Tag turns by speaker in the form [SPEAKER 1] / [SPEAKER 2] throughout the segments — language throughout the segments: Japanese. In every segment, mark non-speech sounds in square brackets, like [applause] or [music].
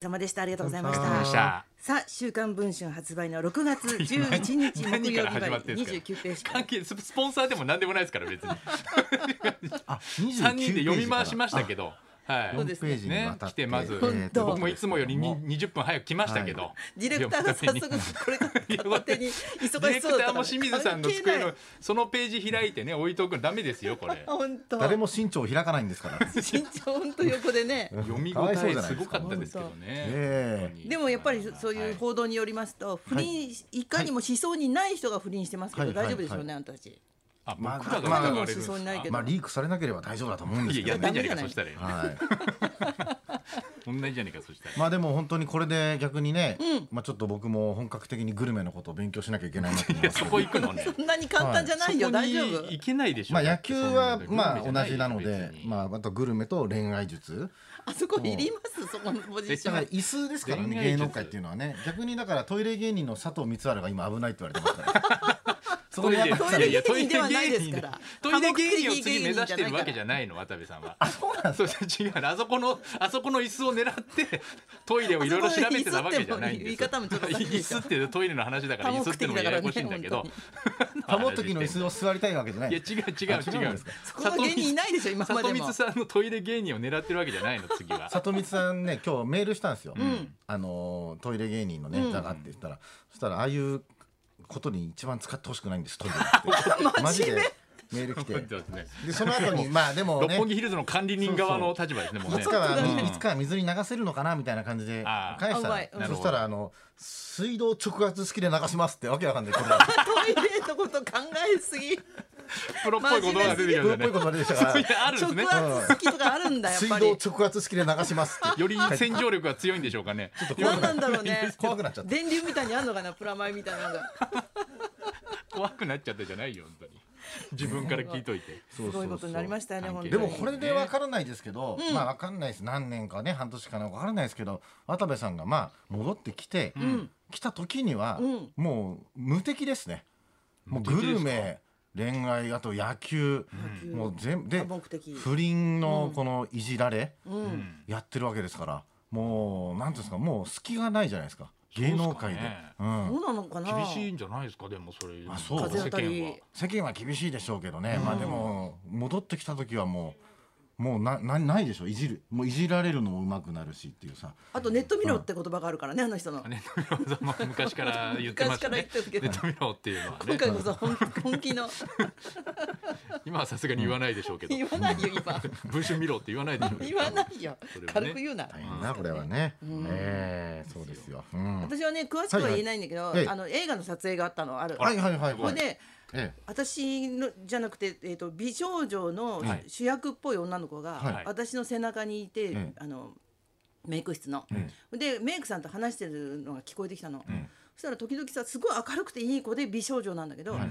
[SPEAKER 1] 様でした。ありがとうございまし
[SPEAKER 2] ありがとうございました
[SPEAKER 1] た。さあ、週刊文春発売の6月11日木
[SPEAKER 2] 何
[SPEAKER 1] 曜
[SPEAKER 2] か
[SPEAKER 1] 日
[SPEAKER 2] ら始ま
[SPEAKER 1] 版
[SPEAKER 2] ってんですか
[SPEAKER 1] 29ページから
[SPEAKER 2] 関。係ススポンサーでも何でもないですから別に
[SPEAKER 3] あ、二十
[SPEAKER 2] 3人で読み回しましたけ
[SPEAKER 3] ど。
[SPEAKER 2] どは
[SPEAKER 3] 四
[SPEAKER 2] い
[SPEAKER 1] で
[SPEAKER 3] ペ
[SPEAKER 1] すね
[SPEAKER 3] ージにわたっ
[SPEAKER 2] ね来
[SPEAKER 3] て。
[SPEAKER 2] てまず
[SPEAKER 3] えーと
[SPEAKER 1] 本当
[SPEAKER 2] 僕もいつもよりに
[SPEAKER 3] もう
[SPEAKER 2] 20分早く来ましたけど、
[SPEAKER 1] ディレクターが早速これ勝手に忙しそう
[SPEAKER 2] ディ
[SPEAKER 1] だ
[SPEAKER 2] レ
[SPEAKER 1] った
[SPEAKER 2] ク
[SPEAKER 1] から
[SPEAKER 2] ターも清水さんの
[SPEAKER 1] 関係な
[SPEAKER 2] 机
[SPEAKER 1] い
[SPEAKER 2] のそのページ開いてね置いとくのダメですよこ
[SPEAKER 1] [laughs]
[SPEAKER 2] れ
[SPEAKER 1] 本当
[SPEAKER 3] 誰も身長を開かないんですから。
[SPEAKER 1] 身長本当横で
[SPEAKER 2] [laughs]
[SPEAKER 1] ね。
[SPEAKER 2] 読み
[SPEAKER 3] か
[SPEAKER 2] 応
[SPEAKER 3] わいそう
[SPEAKER 2] え
[SPEAKER 3] じゃない
[SPEAKER 2] す
[SPEAKER 3] ですか
[SPEAKER 2] ごかったですけどね
[SPEAKER 3] え
[SPEAKER 2] 本当に
[SPEAKER 1] でもやっぱりそそう
[SPEAKER 2] は
[SPEAKER 1] いう報道によりますと、不倫いかにも思想にない人が不倫してますけど、
[SPEAKER 3] はい
[SPEAKER 1] 大丈夫でしょうね、
[SPEAKER 3] は
[SPEAKER 1] あんたたち。
[SPEAKER 2] あ
[SPEAKER 3] まあ
[SPEAKER 2] 僕らが
[SPEAKER 3] まあ
[SPEAKER 2] 疑われるんです
[SPEAKER 1] 思想にないけど
[SPEAKER 3] [laughs] まあリークされなければ大丈夫だと思うんです
[SPEAKER 2] い
[SPEAKER 3] け
[SPEAKER 2] やや
[SPEAKER 3] ど
[SPEAKER 2] んな
[SPEAKER 3] ね。
[SPEAKER 2] いじゃねえか
[SPEAKER 1] ダ
[SPEAKER 2] そ
[SPEAKER 1] メ
[SPEAKER 2] し
[SPEAKER 1] じ
[SPEAKER 2] たら
[SPEAKER 3] はい。
[SPEAKER 2] 同じじゃねえかそしたら
[SPEAKER 3] まあでも本当にこれで逆にね、まあちょっと僕も本格的にグルメのことを勉強しなきゃいけないなと思います
[SPEAKER 2] [laughs] そ。こ行くのね
[SPEAKER 1] そんなに簡単じゃないよ、
[SPEAKER 2] そこ
[SPEAKER 1] 大
[SPEAKER 2] に
[SPEAKER 1] 丈夫。
[SPEAKER 2] 行けないでしょ
[SPEAKER 3] まあ野球は
[SPEAKER 2] そん
[SPEAKER 3] ま
[SPEAKER 2] な
[SPEAKER 3] あ
[SPEAKER 2] のグルメじゃ
[SPEAKER 3] 同
[SPEAKER 2] い
[SPEAKER 3] じなので
[SPEAKER 2] 別、に
[SPEAKER 3] まああとグルメと恋愛術。
[SPEAKER 1] あそこいります、そこのポジシ
[SPEAKER 3] だか
[SPEAKER 1] ョ
[SPEAKER 3] ら
[SPEAKER 1] ン。
[SPEAKER 3] 椅子ですから
[SPEAKER 2] 恋
[SPEAKER 3] ね
[SPEAKER 2] 愛術
[SPEAKER 3] 芸能界っていうのはね逆にだからトイレ芸人の佐藤光晴が今危ないって言われてますからそこにやっぱ
[SPEAKER 1] トイレ芸人ではないですから
[SPEAKER 2] トイレ芸人を次目指してるわけじゃないの渡部さんはあそうなん違うの [laughs] あそこのあそこの椅子を狙ってトイレをいろいろ調べてたわけじゃないんです
[SPEAKER 1] あそこの椅子ってもう言い方もちょっとおかしいで
[SPEAKER 2] 椅
[SPEAKER 1] しょ
[SPEAKER 2] 子ってトイレの話だから椅子ってのもややこしいんだけ
[SPEAKER 1] [laughs]
[SPEAKER 2] ど
[SPEAKER 3] ハモ時の椅子を座りたいわけじゃない
[SPEAKER 2] いや違う違
[SPEAKER 3] あ違
[SPEAKER 2] う
[SPEAKER 3] うん
[SPEAKER 2] 違う
[SPEAKER 3] ですか
[SPEAKER 1] そこの芸人いないでしょ、今ま
[SPEAKER 2] 里
[SPEAKER 1] でも
[SPEAKER 2] 光。さんのトイレ芸人を狙ってるわけじゃないの次は
[SPEAKER 3] 里光さんね今日メールしたんですよ、
[SPEAKER 1] ん
[SPEAKER 3] あのートイレ芸人のネタがあって言ったら、そしたらああいうことに一番使ってほしくないんですトイ
[SPEAKER 2] [laughs]
[SPEAKER 3] レってマジでメール来て
[SPEAKER 2] そうですね
[SPEAKER 3] でその後にまあでも
[SPEAKER 2] 六
[SPEAKER 3] ね
[SPEAKER 2] 本木ヒルズの管理人側の立場ですねもう
[SPEAKER 3] い
[SPEAKER 2] ね
[SPEAKER 3] つかは、
[SPEAKER 1] そうだ
[SPEAKER 2] ね
[SPEAKER 3] いつかは水に流せるのかなみたいな感じで
[SPEAKER 2] あー
[SPEAKER 3] 返した
[SPEAKER 1] あうまいうん
[SPEAKER 3] らそしたらあの水道直圧式で流しますってわけわかんないことが
[SPEAKER 1] トイレのこと考えすぎ。
[SPEAKER 2] プロっぽいことが出てき
[SPEAKER 3] プロ
[SPEAKER 2] まし
[SPEAKER 3] っぽいこと
[SPEAKER 2] た
[SPEAKER 3] が
[SPEAKER 2] ね
[SPEAKER 3] 出てきた
[SPEAKER 2] そう
[SPEAKER 3] か
[SPEAKER 2] いうのあるんですね
[SPEAKER 1] 直圧式とかあるんだ、
[SPEAKER 3] ら
[SPEAKER 1] やっ
[SPEAKER 3] 水
[SPEAKER 1] ぱ
[SPEAKER 3] 道
[SPEAKER 1] り。
[SPEAKER 3] 直圧式で流します
[SPEAKER 2] [laughs]
[SPEAKER 3] って
[SPEAKER 2] より洗浄力が強いんでしょうかね
[SPEAKER 1] 何なんだろうね。
[SPEAKER 3] 怖くなっちゃった
[SPEAKER 1] 電流みたいにあんのかな、プラマイみたいなのが。
[SPEAKER 2] 怖くなっちゃったじゃないよ本当に自分から聞いといて
[SPEAKER 3] す
[SPEAKER 1] すごいことになりましたね、本当に。
[SPEAKER 3] でもこれでわからないですけど、まあわかんないです何年かね半年かなわからないですけど渡部さんがまあ戻ってきて、来た時には、
[SPEAKER 1] うん
[SPEAKER 3] もう無敵ですねもう
[SPEAKER 2] 無
[SPEAKER 3] グ
[SPEAKER 2] 敵
[SPEAKER 3] ル
[SPEAKER 2] ですか
[SPEAKER 3] メ恋愛あと野球、
[SPEAKER 1] 球
[SPEAKER 3] もう全部で
[SPEAKER 1] 多目的
[SPEAKER 3] 不倫のこのいじられ、
[SPEAKER 1] うん。
[SPEAKER 3] やってるわけですからもうなんていうんですかもう隙がないじゃないですか芸能界で
[SPEAKER 2] そうです
[SPEAKER 3] う
[SPEAKER 1] そ
[SPEAKER 3] ん、
[SPEAKER 1] うなのかな。
[SPEAKER 2] 厳しいんじゃないですかでもそれ
[SPEAKER 3] あそう
[SPEAKER 1] 風
[SPEAKER 2] 世
[SPEAKER 1] 当た
[SPEAKER 2] 間は
[SPEAKER 1] り。
[SPEAKER 3] 世間は厳しいでしょうけどね、まあでも戻ってきた時はもうもうななないでしょいじるもういじられるのもうまくなるしっていうさ
[SPEAKER 1] あとネット見ろって言葉があるからね、あの人の。
[SPEAKER 2] ね富野さんも昔から言ってまし
[SPEAKER 1] 昔か
[SPEAKER 2] たね
[SPEAKER 1] ら言ってるけど
[SPEAKER 2] で富野っていうのは
[SPEAKER 1] 今回
[SPEAKER 2] ね
[SPEAKER 1] こそ本本気の
[SPEAKER 2] 今はさすがに言わないでしょうけど
[SPEAKER 1] 言わないよ今
[SPEAKER 2] 文春見ろって言わないでしょうけど
[SPEAKER 1] 言わないよ
[SPEAKER 2] それはね
[SPEAKER 1] 軽く言うな、
[SPEAKER 3] 大変だこれはね、ええそうですよ、うん、はい
[SPEAKER 1] 私はね詳しくは言えないんだけど、
[SPEAKER 3] はいはいええ
[SPEAKER 1] あの映画の撮影があったのある
[SPEAKER 3] はいはいはい
[SPEAKER 1] これで
[SPEAKER 3] ええ
[SPEAKER 1] 私のじゃなくて、えー、と美少女の
[SPEAKER 2] はい
[SPEAKER 1] 主役っぽい女の子が、
[SPEAKER 3] はい
[SPEAKER 1] 私の背中にいて、
[SPEAKER 3] ええ
[SPEAKER 1] あのメイク室の、
[SPEAKER 3] え
[SPEAKER 1] でメイクさんと話してるのが聞こえてきたの、
[SPEAKER 3] え
[SPEAKER 1] そしたら時々さすごい明るくていい子で美少女なんだけど、
[SPEAKER 3] はい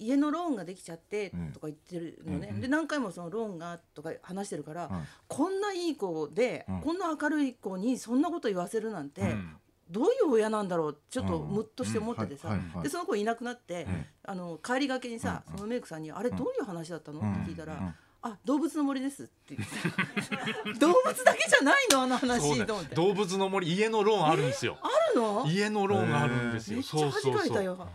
[SPEAKER 1] 家のローンができちゃって
[SPEAKER 3] うん
[SPEAKER 1] とか言ってるのね、で何回もそのローンがとか話してるから、
[SPEAKER 3] はい
[SPEAKER 1] こんないい子で、
[SPEAKER 3] うん
[SPEAKER 1] こんな明るい子にそんなこと言わせるなんて、
[SPEAKER 2] うん
[SPEAKER 1] どういう親なんだろうってちょっと
[SPEAKER 3] うん
[SPEAKER 1] ムッとして思っててさ、
[SPEAKER 3] うんはいはいはい
[SPEAKER 1] でその子いなくなって、
[SPEAKER 3] え
[SPEAKER 1] あの帰りがけにさ、そのメイクさんに「あれどういう話だったの?」って聞いたら「
[SPEAKER 3] うん
[SPEAKER 1] あ動物の森です」って言って [laughs] 動物だけじゃないのあの
[SPEAKER 2] そう
[SPEAKER 1] 話
[SPEAKER 2] ね
[SPEAKER 1] と思って。あ
[SPEAKER 2] 動物の森家のローンあるんですよ
[SPEAKER 1] るのめっ
[SPEAKER 2] 家のローンがあるんですよ
[SPEAKER 1] ちゃ
[SPEAKER 2] そう
[SPEAKER 1] 恥
[SPEAKER 2] そう
[SPEAKER 1] かい
[SPEAKER 2] そ
[SPEAKER 1] た
[SPEAKER 2] う
[SPEAKER 1] よ。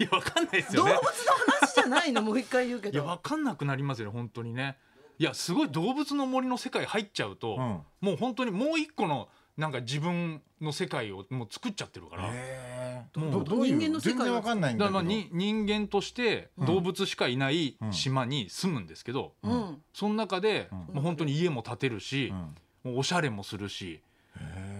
[SPEAKER 2] いやわかんないです
[SPEAKER 1] 動物
[SPEAKER 2] よね
[SPEAKER 1] の話じゃないのもう一回言うけ
[SPEAKER 2] いや
[SPEAKER 1] ど。
[SPEAKER 2] わかんなくなりますよね本当にねいやすごい動物の森の世界入っちゃうと、
[SPEAKER 3] うん
[SPEAKER 2] もう本当にもう一個のなんか自分の世界をもう作っちゃってるから、
[SPEAKER 3] ええ
[SPEAKER 2] もう
[SPEAKER 3] どどういう
[SPEAKER 1] 人間の世界
[SPEAKER 3] 全然わかんないん
[SPEAKER 2] だ
[SPEAKER 3] だ
[SPEAKER 2] か
[SPEAKER 3] け
[SPEAKER 2] ら
[SPEAKER 3] ど
[SPEAKER 2] まあに人間として動物しかいない島に住むんですけど、
[SPEAKER 1] うん、
[SPEAKER 2] その中で、
[SPEAKER 3] う
[SPEAKER 2] もう本当に家も建てるし、もうおしゃれもするし、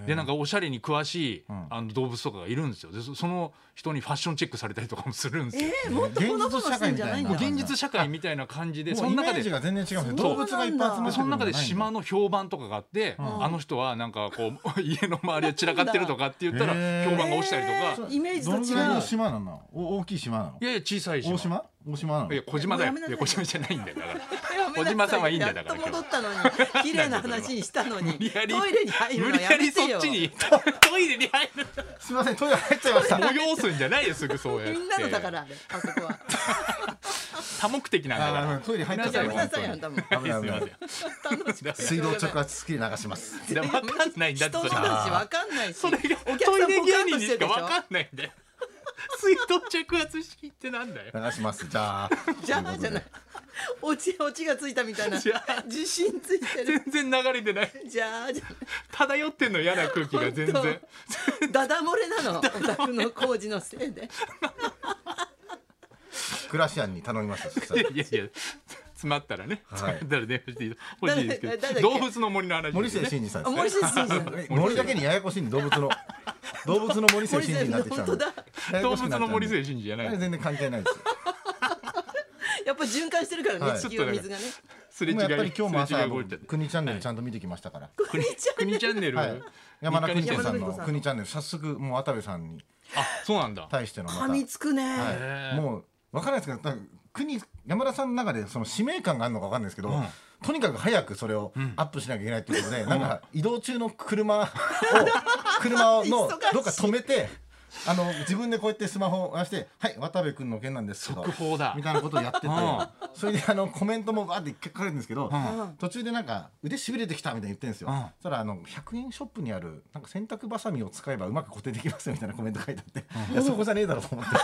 [SPEAKER 2] でなんかおしゃれに詳しい、
[SPEAKER 3] うん
[SPEAKER 2] あの動物とかがいるんですよでそその人にファッションチェックされたりとかもするんですよ。
[SPEAKER 1] えもっとほのぼのしてんじゃないんだ
[SPEAKER 3] えー
[SPEAKER 2] 現実社会みたいな感じで
[SPEAKER 3] で
[SPEAKER 2] そ
[SPEAKER 3] そ
[SPEAKER 2] の
[SPEAKER 3] の
[SPEAKER 2] 中
[SPEAKER 3] 中
[SPEAKER 2] で
[SPEAKER 3] でが全然違うんです
[SPEAKER 1] そ
[SPEAKER 3] よ
[SPEAKER 1] うな
[SPEAKER 3] 動
[SPEAKER 1] んだ
[SPEAKER 3] 物がいっぱい集まってくる
[SPEAKER 2] でその中で島
[SPEAKER 3] の
[SPEAKER 2] の評判とかがあって、
[SPEAKER 1] ん
[SPEAKER 2] あの人はなんかこう [laughs] 家の周りは散らかってるとかって言ったら
[SPEAKER 3] へー
[SPEAKER 2] 評判が落ちたりとか、
[SPEAKER 1] イメージと
[SPEAKER 3] どのぐ
[SPEAKER 1] 違
[SPEAKER 3] らいうの島なのお大きい島なの
[SPEAKER 2] いやいや小さい島
[SPEAKER 3] 大島大島なの
[SPEAKER 2] いや小島だよ
[SPEAKER 1] もうやめなさい
[SPEAKER 2] いや小島じゃないんだよだ
[SPEAKER 1] [laughs]
[SPEAKER 2] から。
[SPEAKER 1] やめなさ
[SPEAKER 2] 小島さんはいいんだよだか
[SPEAKER 1] や
[SPEAKER 2] ら
[SPEAKER 1] っと戻ったのに綺麗な話にしたのに
[SPEAKER 2] 無理やり
[SPEAKER 1] トイレに入る
[SPEAKER 2] 無
[SPEAKER 1] の
[SPEAKER 2] 理や
[SPEAKER 1] や
[SPEAKER 2] り
[SPEAKER 1] め
[SPEAKER 2] そ
[SPEAKER 1] てよ
[SPEAKER 2] っちに [laughs] トイレに入る
[SPEAKER 3] すいませんトイレ入っちゃいました
[SPEAKER 2] 催すんじゃないよすぐそうやって [laughs]
[SPEAKER 1] みんなのだからあれあそこは
[SPEAKER 2] 多目的なんだから
[SPEAKER 3] あートイレ入っちゃった
[SPEAKER 1] ごめんな
[SPEAKER 3] よ
[SPEAKER 1] さいあんたも
[SPEAKER 3] 危ない危ない
[SPEAKER 1] 楽しく
[SPEAKER 2] [laughs]
[SPEAKER 3] 水道直圧付きで流します
[SPEAKER 2] だから分かんないんだって
[SPEAKER 1] 人の
[SPEAKER 2] それ
[SPEAKER 1] 話わかんないし
[SPEAKER 2] それが
[SPEAKER 1] お客
[SPEAKER 2] トイ
[SPEAKER 1] さん
[SPEAKER 2] レ
[SPEAKER 1] もカ
[SPEAKER 2] 芸
[SPEAKER 1] ンと
[SPEAKER 2] 人に
[SPEAKER 1] し
[SPEAKER 2] して
[SPEAKER 1] るでし
[SPEAKER 2] か分
[SPEAKER 1] ょ
[SPEAKER 2] かんないんだよ水道着圧式ってなんだよ
[SPEAKER 3] 流しますじゃあ
[SPEAKER 1] じゃあじゃない落ち落ちがついたみたいな
[SPEAKER 2] じゃあ
[SPEAKER 1] 自信ついてる
[SPEAKER 2] 全然流れてない
[SPEAKER 1] じゃあじゃ
[SPEAKER 2] 漂ってんの嫌な空気が全然
[SPEAKER 1] あダダ漏れなのお宅の工事のせいで
[SPEAKER 3] クラシアンに頼みましたそした
[SPEAKER 2] い
[SPEAKER 3] ら
[SPEAKER 2] やいやいや詰まったらね、
[SPEAKER 3] はい
[SPEAKER 2] 詰まったら電話してほしいですけ
[SPEAKER 1] 誰誰だ
[SPEAKER 2] ど
[SPEAKER 1] っけ
[SPEAKER 2] 動物の森の話
[SPEAKER 3] 森
[SPEAKER 2] ですよ
[SPEAKER 3] 末
[SPEAKER 2] ね
[SPEAKER 3] 慎二さん
[SPEAKER 1] あ
[SPEAKER 3] ですね
[SPEAKER 1] 森進さん
[SPEAKER 3] 森だけにややこしいんで動物の動物の森末
[SPEAKER 1] 森
[SPEAKER 3] 慎二に
[SPEAKER 1] 進
[SPEAKER 3] なってき
[SPEAKER 1] 本
[SPEAKER 3] た
[SPEAKER 1] 当
[SPEAKER 3] んで
[SPEAKER 1] だ
[SPEAKER 3] やや
[SPEAKER 2] 動
[SPEAKER 3] こしくなっちゃうんで
[SPEAKER 2] 物の森末慎二じゃな
[SPEAKER 3] あれ
[SPEAKER 2] い
[SPEAKER 3] 全然関係ないです
[SPEAKER 1] やっぱ循環してるから
[SPEAKER 3] は
[SPEAKER 1] ね
[SPEAKER 3] い
[SPEAKER 1] 地球の水がね
[SPEAKER 2] すれ
[SPEAKER 3] で
[SPEAKER 2] 違い
[SPEAKER 3] もやっぱり今日も
[SPEAKER 2] すれ違
[SPEAKER 3] 朝
[SPEAKER 2] い動い
[SPEAKER 3] 僕
[SPEAKER 2] ちゃって
[SPEAKER 3] 国チャンネルちゃんと見てきましたから
[SPEAKER 1] 国ちゃん
[SPEAKER 2] 国チャンネル、
[SPEAKER 3] はい山田
[SPEAKER 2] 日課
[SPEAKER 3] 邦子
[SPEAKER 2] にして
[SPEAKER 3] さん
[SPEAKER 1] 山田邦
[SPEAKER 3] の
[SPEAKER 1] 子さん
[SPEAKER 3] 国チャンネル早速もう渡部さんに
[SPEAKER 2] あそうなんだ
[SPEAKER 3] 対してのま
[SPEAKER 1] 噛みつくね、
[SPEAKER 3] た、は
[SPEAKER 2] へー
[SPEAKER 3] い、もう分からないですけど多分国山田さんの中でその使命感があるのか分かんないですけど、
[SPEAKER 2] うん
[SPEAKER 3] とにかく早くそれをアップしなきゃいけないっていうことで、なんか移動中の車を車のどっ
[SPEAKER 1] 忙し
[SPEAKER 3] か
[SPEAKER 1] い
[SPEAKER 3] 止めてあの自分でこうやってスマホを回して「はい渡部君の件なんですけど」
[SPEAKER 2] 速報だ
[SPEAKER 3] みたいなことをやってて、それであのコメントもバーって書かれるんですけど、
[SPEAKER 2] ん
[SPEAKER 3] 途中でなんか腕しびれてきたみたいに言ってるんですよ、
[SPEAKER 2] うん
[SPEAKER 3] そしたらあの100円ショップにあるなんか洗濯ばさみを使えばうまく固定できますよみたいなコメント書いてあって、いやそこじゃねえだろうと思って [laughs]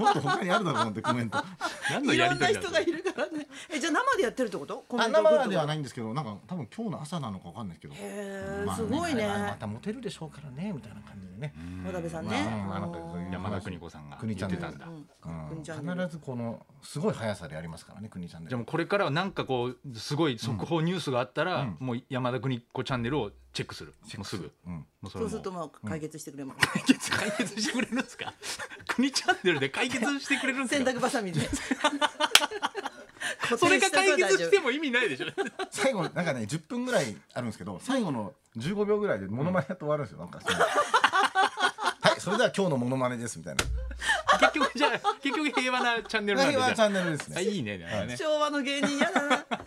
[SPEAKER 3] もっと他にあるだろうと思ってコメントあ
[SPEAKER 2] 何の
[SPEAKER 1] い
[SPEAKER 2] や
[SPEAKER 1] ろ
[SPEAKER 2] り
[SPEAKER 1] んな
[SPEAKER 2] 取りだ
[SPEAKER 1] 人がいるからねえじゃあ生でやってるってことコメント送る
[SPEAKER 3] 生では
[SPEAKER 1] って
[SPEAKER 3] ないんですけどなんか多分今日の朝なのかわかんないですけど
[SPEAKER 1] ことへえ
[SPEAKER 3] まあ
[SPEAKER 1] すごいね
[SPEAKER 3] まあまたモテるでしょうからねみたいな感じでね、
[SPEAKER 1] 渡辺さんね、
[SPEAKER 3] まあなんかそういう
[SPEAKER 2] 山田邦子さんが言
[SPEAKER 3] 国
[SPEAKER 2] っ
[SPEAKER 3] ちゃん
[SPEAKER 2] て
[SPEAKER 3] で
[SPEAKER 2] たんだ
[SPEAKER 3] うん
[SPEAKER 1] 国チャンネル
[SPEAKER 3] 必ずこのすごい速さでやりますからね国ちゃんで
[SPEAKER 2] じゃあもうこれからはなんかこうすごい速報ニュースがあったら、
[SPEAKER 3] うん
[SPEAKER 2] もう山田邦子チャンネルをチェックする
[SPEAKER 3] チェ
[SPEAKER 2] も
[SPEAKER 3] ック
[SPEAKER 2] うす
[SPEAKER 3] する
[SPEAKER 2] ぐも
[SPEAKER 3] うん
[SPEAKER 2] うそ
[SPEAKER 1] そ
[SPEAKER 2] れ
[SPEAKER 1] うする
[SPEAKER 2] も
[SPEAKER 1] とまあ解決してくれます、
[SPEAKER 2] 解決解決してくれるんですか [laughs] 国チャンネルで解決してくれるんです
[SPEAKER 1] 洗
[SPEAKER 2] か
[SPEAKER 1] 濯ばさ [laughs] みで
[SPEAKER 2] それが解決して
[SPEAKER 1] も
[SPEAKER 2] も意味ないでしょ
[SPEAKER 3] 最後なんかね10分ぐらいあるんですけど最後の15秒ぐらいでモノマネやって終わるんですよなんか [laughs] そのはいそれでは今日のモノマネですみたいな
[SPEAKER 2] 結局じゃあ結局平和なチャンネルなん
[SPEAKER 3] 内
[SPEAKER 2] でじ
[SPEAKER 3] 容はチ
[SPEAKER 2] ゃ
[SPEAKER 3] ャンネルです
[SPEAKER 2] ああ
[SPEAKER 3] ね
[SPEAKER 2] いいねなんかね
[SPEAKER 1] 昭和の芸人やな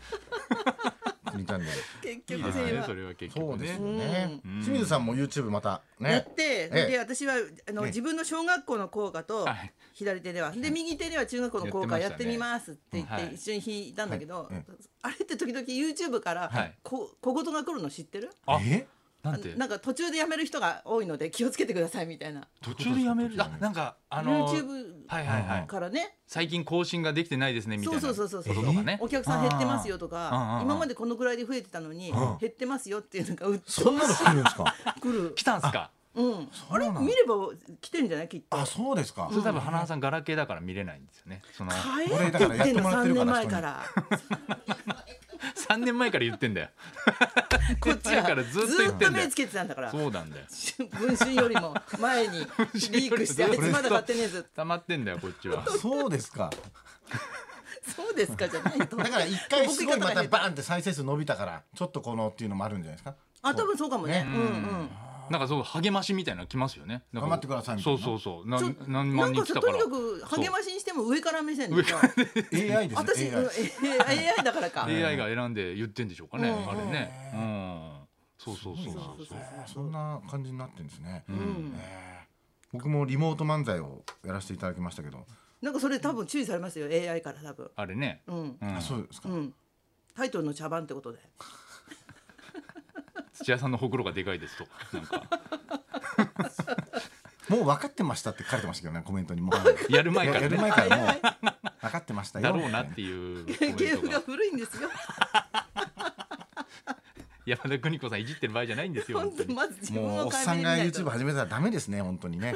[SPEAKER 3] 国チャンネル
[SPEAKER 1] 結
[SPEAKER 2] いい
[SPEAKER 1] 局
[SPEAKER 2] です
[SPEAKER 1] 全
[SPEAKER 2] ね
[SPEAKER 1] 話
[SPEAKER 2] それは結
[SPEAKER 3] そう
[SPEAKER 2] 局
[SPEAKER 3] です
[SPEAKER 2] ね
[SPEAKER 3] よね
[SPEAKER 2] うん
[SPEAKER 3] 清水さんも YouTube また
[SPEAKER 1] や
[SPEAKER 3] ね
[SPEAKER 1] って、
[SPEAKER 3] ええ
[SPEAKER 1] で私はあの、
[SPEAKER 3] ね
[SPEAKER 1] 自分の小学校の校歌と
[SPEAKER 2] はい
[SPEAKER 1] 左手では、で右手では中学校の校歌
[SPEAKER 2] や
[SPEAKER 1] や
[SPEAKER 2] っ
[SPEAKER 1] ってて
[SPEAKER 2] ました
[SPEAKER 1] みます
[SPEAKER 2] ね
[SPEAKER 1] って言って、
[SPEAKER 2] はい
[SPEAKER 1] 一緒に弾いたんだけど、
[SPEAKER 3] はいえ
[SPEAKER 1] あれって時々 YouTube から、
[SPEAKER 2] はい
[SPEAKER 1] こ小言が来るの知ってる
[SPEAKER 2] あ
[SPEAKER 3] え
[SPEAKER 2] なんて
[SPEAKER 1] あんか途中でやめる人が多いので気をつけてくださいみたいな、
[SPEAKER 2] 途中でやめる
[SPEAKER 3] どういうことです
[SPEAKER 2] あ
[SPEAKER 3] か
[SPEAKER 2] なんかあのー
[SPEAKER 1] YouTube
[SPEAKER 2] はいはいはい
[SPEAKER 1] からね
[SPEAKER 2] 最近更新ができてないですねみたいな
[SPEAKER 1] そう
[SPEAKER 2] こ
[SPEAKER 1] そう
[SPEAKER 2] と
[SPEAKER 1] そう
[SPEAKER 2] と
[SPEAKER 1] そう
[SPEAKER 2] かね
[SPEAKER 1] お客さん減ってますよと
[SPEAKER 2] あ
[SPEAKER 1] か
[SPEAKER 2] ー
[SPEAKER 1] 今までこのぐらいで増えてたのに
[SPEAKER 3] ん
[SPEAKER 1] 減ってますよっていうのがうっ
[SPEAKER 3] そんなの来るんですか
[SPEAKER 1] く
[SPEAKER 2] [laughs]
[SPEAKER 1] る
[SPEAKER 2] 来たんすか
[SPEAKER 1] うん
[SPEAKER 3] そう
[SPEAKER 1] あれ
[SPEAKER 3] なの
[SPEAKER 1] 見れば来てんじゃないきっと
[SPEAKER 3] [laughs] あそうですか
[SPEAKER 2] それ多分花輪さんガラケーだから見れないんですよねその
[SPEAKER 1] 変
[SPEAKER 3] こ
[SPEAKER 1] え
[SPEAKER 3] れ
[SPEAKER 1] って
[SPEAKER 3] だか
[SPEAKER 1] 言っ
[SPEAKER 3] らやってて
[SPEAKER 1] んの
[SPEAKER 3] もらって
[SPEAKER 1] 3
[SPEAKER 3] るか
[SPEAKER 1] 年
[SPEAKER 3] ら
[SPEAKER 1] 前から
[SPEAKER 2] 3年前から言ってんだよ
[SPEAKER 1] [laughs] こっち
[SPEAKER 2] だか
[SPEAKER 1] は
[SPEAKER 2] ら
[SPEAKER 1] ず
[SPEAKER 2] ずっと言っ
[SPEAKER 1] ってと
[SPEAKER 2] んだよ
[SPEAKER 1] 目つけてたんだから
[SPEAKER 2] そうなんだよ
[SPEAKER 1] 文春よりも前にリーク
[SPEAKER 2] [laughs]
[SPEAKER 1] してあいつまだ買ってねえぞ
[SPEAKER 2] 溜まってんだよこっ
[SPEAKER 1] [laughs]
[SPEAKER 2] ちは
[SPEAKER 3] そうですか
[SPEAKER 1] そうですかじゃ
[SPEAKER 2] [laughs]
[SPEAKER 1] ないと
[SPEAKER 3] だから一回すごいまたバーンって再生数伸びたからちょっとこのっていうのもあるんじゃないですか
[SPEAKER 1] あ多分そうかもね
[SPEAKER 3] ね
[SPEAKER 1] うんうん
[SPEAKER 2] なんかそう励ましみたいなの来ますよねな
[SPEAKER 3] 頑
[SPEAKER 2] んか
[SPEAKER 3] 張ってくださいみたい
[SPEAKER 2] そう
[SPEAKER 3] な
[SPEAKER 2] そうそうな
[SPEAKER 1] ちょ
[SPEAKER 2] 何
[SPEAKER 1] な
[SPEAKER 2] 万
[SPEAKER 1] ん
[SPEAKER 2] 人
[SPEAKER 1] か
[SPEAKER 2] 来
[SPEAKER 1] さ
[SPEAKER 2] た
[SPEAKER 1] と
[SPEAKER 2] か
[SPEAKER 1] に
[SPEAKER 2] ら
[SPEAKER 1] かく励ましにしても上から目線でさ
[SPEAKER 3] AI です
[SPEAKER 2] [laughs]
[SPEAKER 1] 私
[SPEAKER 3] ね
[SPEAKER 1] うん AI だからか
[SPEAKER 2] AI が選んで言ってんでしょうかね、
[SPEAKER 1] うん
[SPEAKER 2] あれね、うん、そうそうそうそう
[SPEAKER 1] そうそう
[SPEAKER 3] えーそんな感じになってるんですね、
[SPEAKER 1] うん
[SPEAKER 3] えー僕もリモート漫才をやらせていただきましたけど、
[SPEAKER 1] なんかそれ多分注意されますよ AI から多分
[SPEAKER 2] あれね、
[SPEAKER 1] うん
[SPEAKER 2] うん
[SPEAKER 3] あ、そうですか、
[SPEAKER 1] うんタイトルの茶番ってことで
[SPEAKER 2] 土屋さんのほくろがでかいですとなん
[SPEAKER 1] [laughs]
[SPEAKER 2] か
[SPEAKER 3] もう分かってましたって書いてましたけどねコメントにも
[SPEAKER 2] や [laughs] る前からね
[SPEAKER 3] やる前からもう
[SPEAKER 1] [laughs]
[SPEAKER 3] 分かってましたよ
[SPEAKER 2] だろうなっていうコメン
[SPEAKER 1] 芸
[SPEAKER 2] ト
[SPEAKER 1] 風
[SPEAKER 2] が
[SPEAKER 1] が古いんですよ
[SPEAKER 2] 山田邦子さんいじってる場合じゃないんです
[SPEAKER 1] [laughs]
[SPEAKER 2] よ
[SPEAKER 1] 本
[SPEAKER 2] 本当
[SPEAKER 1] 当
[SPEAKER 2] に
[SPEAKER 1] まず自分
[SPEAKER 3] もうお
[SPEAKER 1] を
[SPEAKER 3] っさ
[SPEAKER 1] 変
[SPEAKER 3] ん
[SPEAKER 1] え
[SPEAKER 3] が
[SPEAKER 1] ない
[SPEAKER 3] YouTube
[SPEAKER 1] と
[SPEAKER 3] 始めたらダメですね本当にね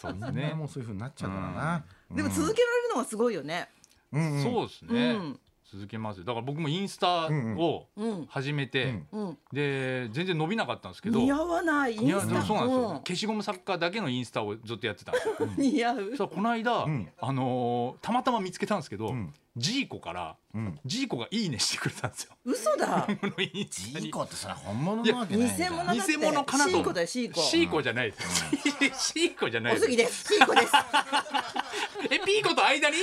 [SPEAKER 2] そうです
[SPEAKER 3] ね
[SPEAKER 2] ね
[SPEAKER 3] もうそういう風になっちゃうからな、
[SPEAKER 1] でも続けられるのがすごいよね
[SPEAKER 3] うんうん
[SPEAKER 2] そうですね、
[SPEAKER 1] うん
[SPEAKER 2] 続けますよだから僕もインスタを
[SPEAKER 1] うん
[SPEAKER 2] 始めて、
[SPEAKER 3] うん
[SPEAKER 1] うん
[SPEAKER 2] で全然伸びなかったんですけど
[SPEAKER 1] 似合わないイ
[SPEAKER 2] い
[SPEAKER 1] ン
[SPEAKER 2] や
[SPEAKER 1] ス
[SPEAKER 2] でも
[SPEAKER 1] タ
[SPEAKER 2] そうなんですよ、
[SPEAKER 1] うん
[SPEAKER 2] 消しゴム作家だけのインスタをずっとやってたんですよ
[SPEAKER 1] 似合う
[SPEAKER 2] そしたらこの間、
[SPEAKER 3] ん
[SPEAKER 2] あのーたまたま見つけたんですけど、
[SPEAKER 3] ん
[SPEAKER 2] ジーコから
[SPEAKER 3] うん
[SPEAKER 2] ジーコが「いいね」してくれたんですよ。 [laughs]
[SPEAKER 1] 嘘だ
[SPEAKER 2] このインス
[SPEAKER 3] ジ
[SPEAKER 2] タに
[SPEAKER 3] ーコってそれは本物なわけ
[SPEAKER 1] 偽
[SPEAKER 3] ない
[SPEAKER 1] 物
[SPEAKER 3] んだよ
[SPEAKER 1] だって
[SPEAKER 2] 偽物かなと
[SPEAKER 1] シーコだよシーコ
[SPEAKER 2] シーコじゃないです。シーコじゃない
[SPEAKER 1] お
[SPEAKER 2] です
[SPEAKER 1] ぎ
[SPEAKER 2] す。
[SPEAKER 1] ですシーコ
[SPEAKER 2] [laughs]
[SPEAKER 1] です
[SPEAKER 2] え、ピーコと間に。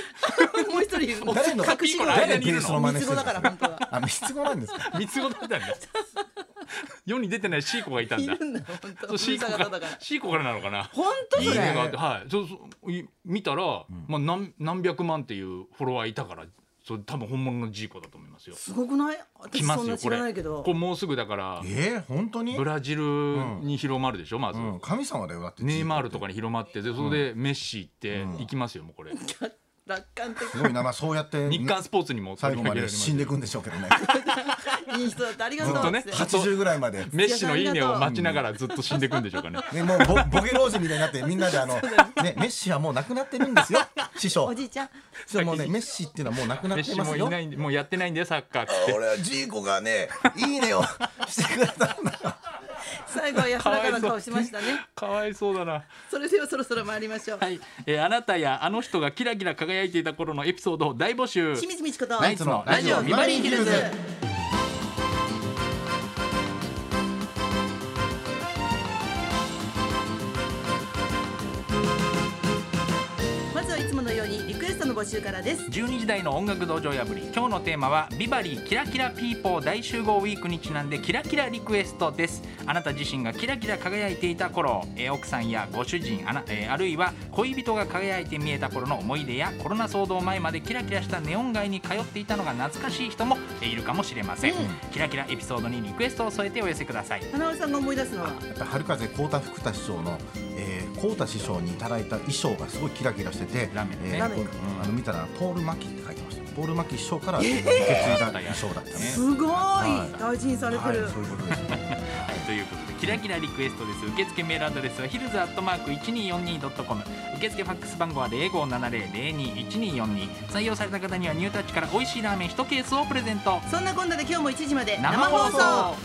[SPEAKER 1] もう一人いる
[SPEAKER 3] 誰の
[SPEAKER 1] 隠し子
[SPEAKER 2] 誰
[SPEAKER 3] 誰
[SPEAKER 2] の
[SPEAKER 3] ベースの真
[SPEAKER 1] 三
[SPEAKER 3] 似し
[SPEAKER 1] つ
[SPEAKER 3] て
[SPEAKER 1] 子だ
[SPEAKER 3] る
[SPEAKER 1] から本当は
[SPEAKER 3] あ三つ子なんですか
[SPEAKER 2] 三つ子だったんだ。世に出てないシーコがいたん
[SPEAKER 1] い
[SPEAKER 2] だ
[SPEAKER 1] るんだ本当
[SPEAKER 2] そうシーコ
[SPEAKER 1] 方だ
[SPEAKER 2] が
[SPEAKER 1] から
[SPEAKER 2] シーコからなのかな
[SPEAKER 1] 本当
[SPEAKER 2] いい
[SPEAKER 1] そ
[SPEAKER 2] ね
[SPEAKER 1] れ
[SPEAKER 2] があって、はい、そうそうい見たら、まあ、何何百万っていうフォロワーいたからそう多分本物のジーコだと思いますよ。
[SPEAKER 1] すごくない
[SPEAKER 2] 来
[SPEAKER 1] 私
[SPEAKER 2] ま
[SPEAKER 1] そん
[SPEAKER 2] す
[SPEAKER 1] な
[SPEAKER 2] よ
[SPEAKER 1] 知
[SPEAKER 2] こ
[SPEAKER 1] らな
[SPEAKER 2] れ
[SPEAKER 1] いけど
[SPEAKER 2] これもうすぐだから
[SPEAKER 3] えー、本当に
[SPEAKER 2] ブ、ラジルに広まるでしょまず、
[SPEAKER 3] うん、神様だよだって
[SPEAKER 2] ネイマールとかに広まってでそれでメッシ行って
[SPEAKER 3] うん
[SPEAKER 2] 行きますよもうこれ、
[SPEAKER 1] 楽観的
[SPEAKER 3] すごいな、まあ、そうやって
[SPEAKER 2] 日刊スポーツにも
[SPEAKER 3] 最後まで死んでい
[SPEAKER 2] る
[SPEAKER 3] くんでしょうけどね
[SPEAKER 1] いい人だってありが
[SPEAKER 2] ずっ
[SPEAKER 1] と
[SPEAKER 2] と
[SPEAKER 1] うっ
[SPEAKER 3] [laughs]
[SPEAKER 2] ね
[SPEAKER 1] つって
[SPEAKER 3] 80ぐらいまで
[SPEAKER 2] メッシの「いいね」を待ちながらずっと死んでいくんでしょうかね。
[SPEAKER 3] ね、もうボボケ老人みたいになってみんなであの、ね、メッシはもう亡くなってるんですよ師匠
[SPEAKER 1] [laughs] おじいちゃん
[SPEAKER 3] そうもうねメッシっていうのはもう亡くな
[SPEAKER 2] メ
[SPEAKER 3] っ
[SPEAKER 2] ッ
[SPEAKER 3] て
[SPEAKER 2] シ
[SPEAKER 3] ます
[SPEAKER 2] もい
[SPEAKER 3] よ
[SPEAKER 2] ないんでもうやってないんだよサッカーっつって
[SPEAKER 3] 俺はジーコがねいいねを [laughs] してくれたんだよ
[SPEAKER 1] 最後は安らかな顔しましたね
[SPEAKER 2] [laughs] かわいそうだな。
[SPEAKER 1] それではそろそろ参りましょう
[SPEAKER 2] はい、えーあなたやあの人がキラキラ輝いていた頃のエピソードを大募集
[SPEAKER 1] 清水美智子と
[SPEAKER 3] ナイツのラジオビバリーヒルズ
[SPEAKER 1] まずはいつものようにリクエストの募集からです
[SPEAKER 2] 12時台の音楽道場破り今日のテーマは「ビバリーキラキラピーポー大集合ウィーク」にちなんでキラキラリクエストですあなた自身がキラキラ輝いていた頃、えー奥さんやご主人あな、えーあるいは恋人が輝いて見えた頃の思い出やコロナ騒動前までキラキラしたネオン街に通っていたのが懐かしい人もえーいるかもしれません、
[SPEAKER 1] うん
[SPEAKER 2] キラキラエピソードにリクエストを添えてお寄せください
[SPEAKER 1] 花尾さんが思い出すのは
[SPEAKER 3] やっぱ春風幸太福太師匠の、えー、幸太師匠にいただいた衣装がすごいキラキラしてて
[SPEAKER 2] ラーメンね
[SPEAKER 3] えー
[SPEAKER 1] ラーメンか
[SPEAKER 3] うんあの見たらポール・マキって書いてましたポール・マキ師匠から受け継いだ衣装だったね、
[SPEAKER 1] [laughs] すごい
[SPEAKER 3] はい
[SPEAKER 1] 大事にされて
[SPEAKER 3] はい
[SPEAKER 1] る、
[SPEAKER 3] そういうことですね
[SPEAKER 2] ということでキラキラリクエストです受付メールアドレスはヒルズアットマーク 1242.com 受付ファックス番号は0570021242採用された方にはニュータッチから美味しいラーメン1ケースをプレゼント
[SPEAKER 1] そんなこんなで今日も1時まで生放送